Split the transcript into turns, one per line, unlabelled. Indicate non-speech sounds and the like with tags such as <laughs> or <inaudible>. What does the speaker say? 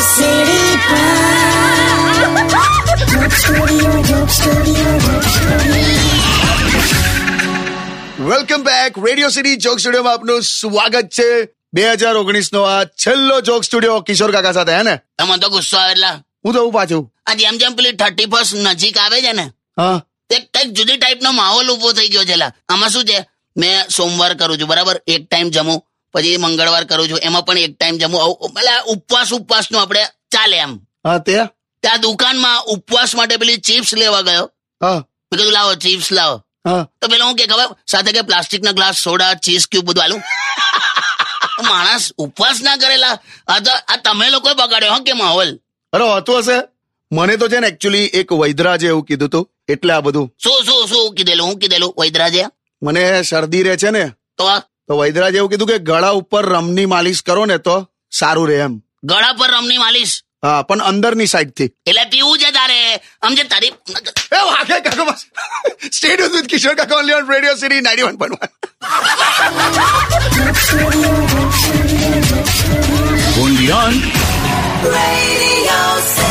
સીડી
welcome back radio city joke સ્ટુડિયોમાં આપનું સ્વાગત છે બે હજાર ઓગણીસ નો આ છેલ્લો જોક સ્ટુડિયો કિશોર કાકા સાથે હે ને
તમે તો ગુસ્સો આવે એટલે
હું તો હું પાછું
આ જેમ જેમ પેલી થર્ટી ફર્સ્ટ નજીક આવે છે ને
હા
તે કઈક જુદી ટાઈપનો માહોલ ઉભો થઈ ગયો છે લા. આમાં શું છે મેં સોમવાર કરું છું બરાબર એક ટાઈમ જમું પછી મંગળવાર કરું છું એમાં પણ એક ટાઈમ જમું આવું એટલે આ ઉપવાસ ઉપવાસ નું આપણે ચાલે એમ
હા તે
ત્યાં દુકાનમાં ઉપવાસ માટે પેલી ચિપ્સ લેવા ગયો
હા
મેં કીધું લાવો ચિપ્સ લાવો
હા
તો પેલો હું કે ખબર સાથે કે પ્લાસ્ટિકના ગ્લાસ સોડા ચીઝ ક્યુબ બધું આલું <laughs> માણસ ઉપવાસ ના કરેલા આ તો આ તમે લોકો બગાડ્યો હો કે માહોલ
અરે હોતું હશે મને તો છે ને એકચ્યુઅલી એક વૈદરા છે એવું કીધું તું એટલે આ બધું
શું શું શું કીધેલું હું કીધેલું વૈદરાજે
મને શરદી રહે છે ને
તો આ
તો વૈદરાજે એવું કીધું કે ગળા ઉપર રમની માલિશ કરો ને તો સારું રહે એમ
ગળા પર રમની માલિશ
હા પણ અંદરની સાઈડ થી
એટલે પીવું છે તારે આમ જે તારી
એ વાગે કાકો બસ સ્ટેડ વિથ કિશોર કાકા only on radio city 91.1
Only on
Radio City.